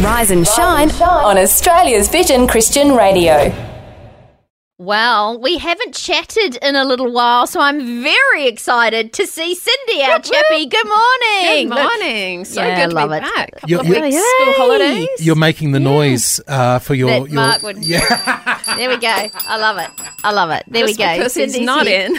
Rise and shine, on Australia's Vision Christian Radio. Well, we haven't chatted in a little while, so I'm very excited to see Cindy, our chappy. Good morning. Good morning. So Yeah, good to love be it. Oh, back. Couple You're- of you're- weeks, Yay. school holidays. You're making the noise uh, for your, That your Mark would. There we go. I love it. I love it. There Just we go. Because he's Cindy's not here. in.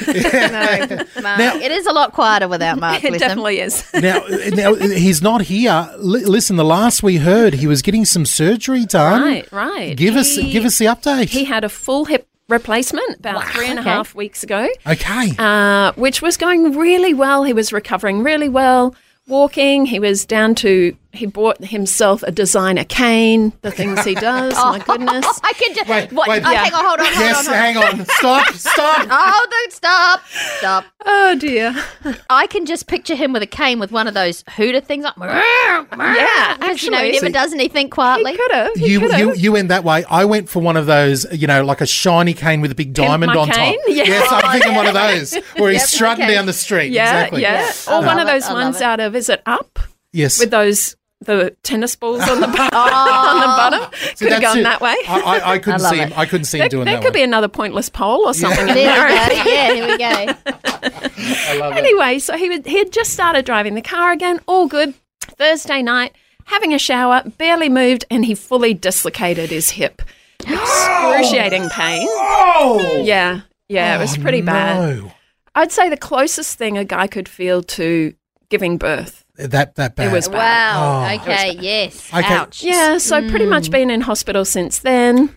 No, Mark. it is a lot quieter without Mark. it with him. definitely is. now, now he's not here. L- listen, the last we heard, he was getting some surgery done. Right, right. Mm. Give us He- give us the update. He had a full hip replacement about three and a half okay. weeks ago, okay. uh, which was going really well. He was recovering really well, walking. He was down to, he bought himself a designer cane, the things he does. my goodness. I can just. Wait, what, wait. oh, Yeah. Hang on, hold on, hold yes, on. Hold on. hang on. Stop, stop. Oh, don't stop. Stop. Oh, dear. I can just picture him with a cane with one of those hooter things. Like, yeah, you know, he actually. never does anything quietly. He could have. He You, could you have. you went that way. I went for one of those, you know, like a shiny cane with a big diamond my on cane? top. Yeah. Yes, I'm thinking one of those where he's Yep, strutting okay. down the street. Yeah, exactly. yeah. I Or one love of it, those I love ones it. out of, is it up? Yes. With those, the tennis balls on the, bottom. on the bottom. Oh. See, could have that's gone it. that way. I, I, I couldn't I love see him. it. I couldn't see him That, doing that that. could be another pointless poll or something. in There there. we go. Yeah, here we go. Anyway, so he, was, he had just started driving the car again, all good. Thursday night, having a shower, barely moved, and he fully dislocated his hip. Excruciating pain. Oh, Yeah, yeah, it was pretty bad. No. I'd say the closest thing a guy could feel to giving birth. That that bad. It was bad. Wow. Oh. okay. Yes. Okay. Ouch. Yeah, so pretty much been in hospital since then.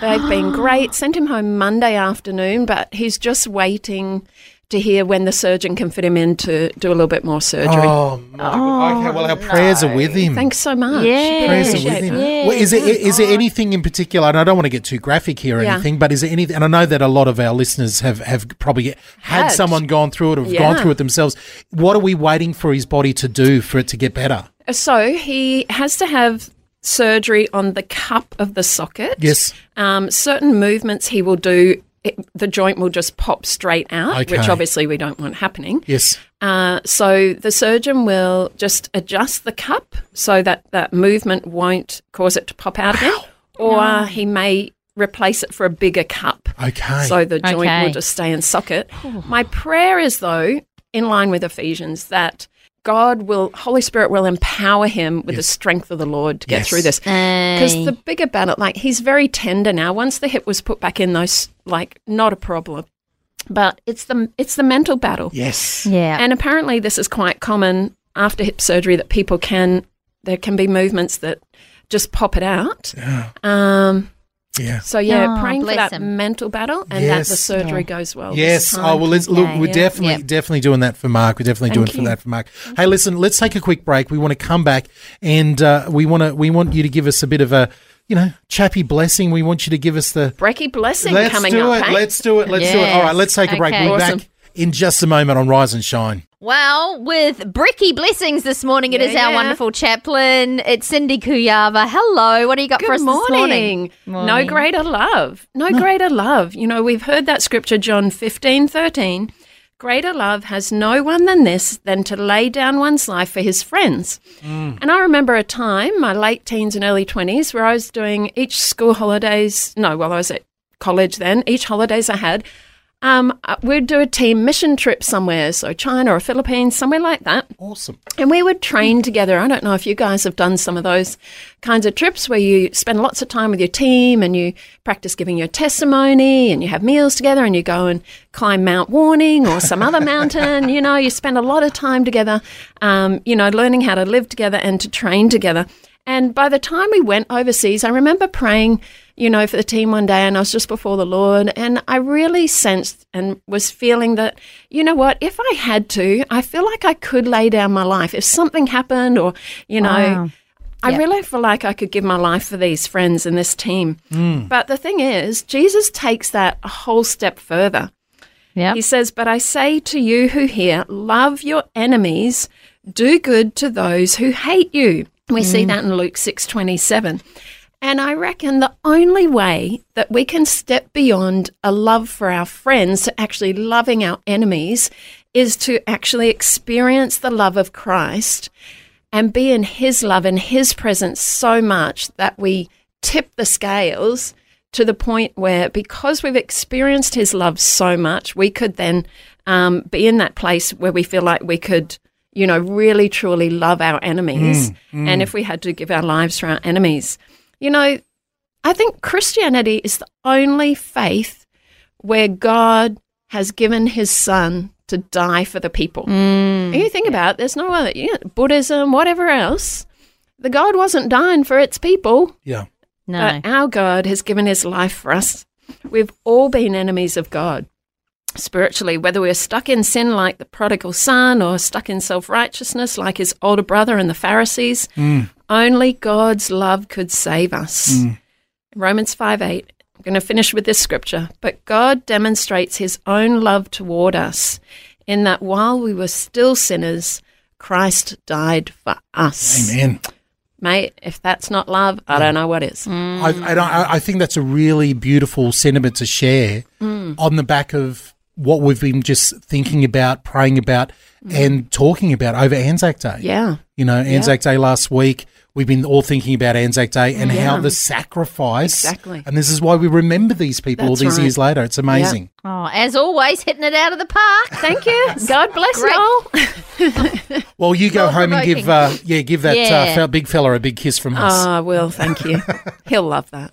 They've been great. Sent him home Monday afternoon, but he's just waiting to hear when the surgeon can fit him in to do a little bit more surgery. Oh, my God. okay. Well, our prayers are with him. Thanks so much. Yeah. Prayers are Appreciate with him. that. Yeah, well, is there is there anything in particular? And I don't want to get too graphic here or Yeah. anything, but is there anything? And I know that a lot of our listeners have have probably had, Had. someone gone through it or have gone Yeah. through it themselves. What are we waiting for his body to do for it to get better? So he has to have surgery on the cup of the socket. Yes. Um, certain movements he will do, it, the joint will just pop straight out, which Okay. obviously we don't want happening. Yes. Uh, so the surgeon will just adjust the cup so that that movement won't cause it to pop out again, or he may replace it for a bigger cup. Okay. So the joint Okay. will just stay in socket. My prayer is though, in line with Ephesians, that God will, Holy Spirit will empower him with the strength of the Lord to get Yes. through this. Because Because the bigger battle, like he's very tender now. Once the hip was put back in, those like not a problem. But it's the it's the mental battle. yes. yeah. And apparently, this is quite common after hip surgery that people can, there can be movements that just pop it out. Yeah. Um, Yeah. so, yeah, Oh, praying for bless that him. mental battle and that the Yes. surgery goes well. this Yes. time. Oh well. Let's, look, Okay. we're Yeah. definitely Yeah. definitely doing that for Mark. We're definitely Thank doing you. for that for Mark. Hey, listen. Let's take a quick break. We want to come back, and uh, we want to we want you to give us a bit of a you know chappy blessing. We want you to give us the Breaky blessing let's coming do up. it. eh? Let's do it. Let's do it. All Yes. right. Let's take a break. Okay. We'll be Awesome. back in just a moment on Rise and Shine. Well, with Bricky Blessings this morning, it Yeah, is our yeah. wonderful chaplain. It's Cindy Kuyava. Hello, what do you got for Good us this morning? morning. No greater love. No, greater love. You know, we've heard that scripture, John fifteen thirteen. Greater love has no one than this, than to lay down one's life for his friends. And I remember a time, my late teens and early 20s, where I was doing each school holidays. No, well, I was at college then. Each holidays I had, Um, uh, we'd do a team mission trip somewhere, so China or Philippines, somewhere like that. Awesome. And we would train together. I don't know if you guys have done some of those kinds of trips where you spend lots of time with your team and you practice giving your testimony and you have meals together and you go and climb Mount Warning or some other mountain. You know, you spend a lot of time together, um, you know, learning how to live together and to train together. And by the time we went overseas, I remember praying, you know, for the team one day, and I was just before the Lord, and I really sensed and was feeling that, you know what, if I had to, I feel like I could lay down my life. If something happened, or, you know, I really feel like I could give my life for these friends and this team. But the thing is, Jesus takes that a whole step further. Yeah. He says, But I say to you who hear, love your enemies, do good to those who hate you. We see that in Luke six twenty seven, And I reckon the only way that we can step beyond a love for our friends to actually loving our enemies is to actually experience the love of Christ and be in his love and his presence so much that we tip the scales to the point where because we've experienced his love so much we could then um, be in that place where we feel like we could you know really truly love our enemies and if we had to give our lives for our enemies you know i think christianity is the only faith where god has given his son to die for the people and you think about it, there's no other you know, Buddhism, whatever else. The God wasn't dying for its people, Yeah. No. but our God has given His life for us. We've all been enemies of God spiritually, whether we're stuck in sin like the prodigal son or stuck in self righteousness like his older brother and the Pharisees. Only God's love could save us. Romans 5 8. I'm going to finish with this scripture. But God demonstrates his own love toward us in that while we were still sinners, Christ died for us. Amen. Mate, if that's not love, I don't know what is. I, I, don't- I, I think that's a really beautiful sentiment to share Mm. on the back of what we've been just thinking about, praying about, and talking about over Anzac Day. Mm. Yeah. You know, Anzac Day last week, we've been all thinking about Anzac Day and how the sacrifice. Exactly. And this is why we remember these people all That's these right. years later. It's amazing. oh, as always, hitting it out of the park. Thank you. God bless you all. Well, you go home and give uh, yeah, give that Yeah. Uh, fel- big fella a big kiss from us. Ah, well, thank you. He'll love that.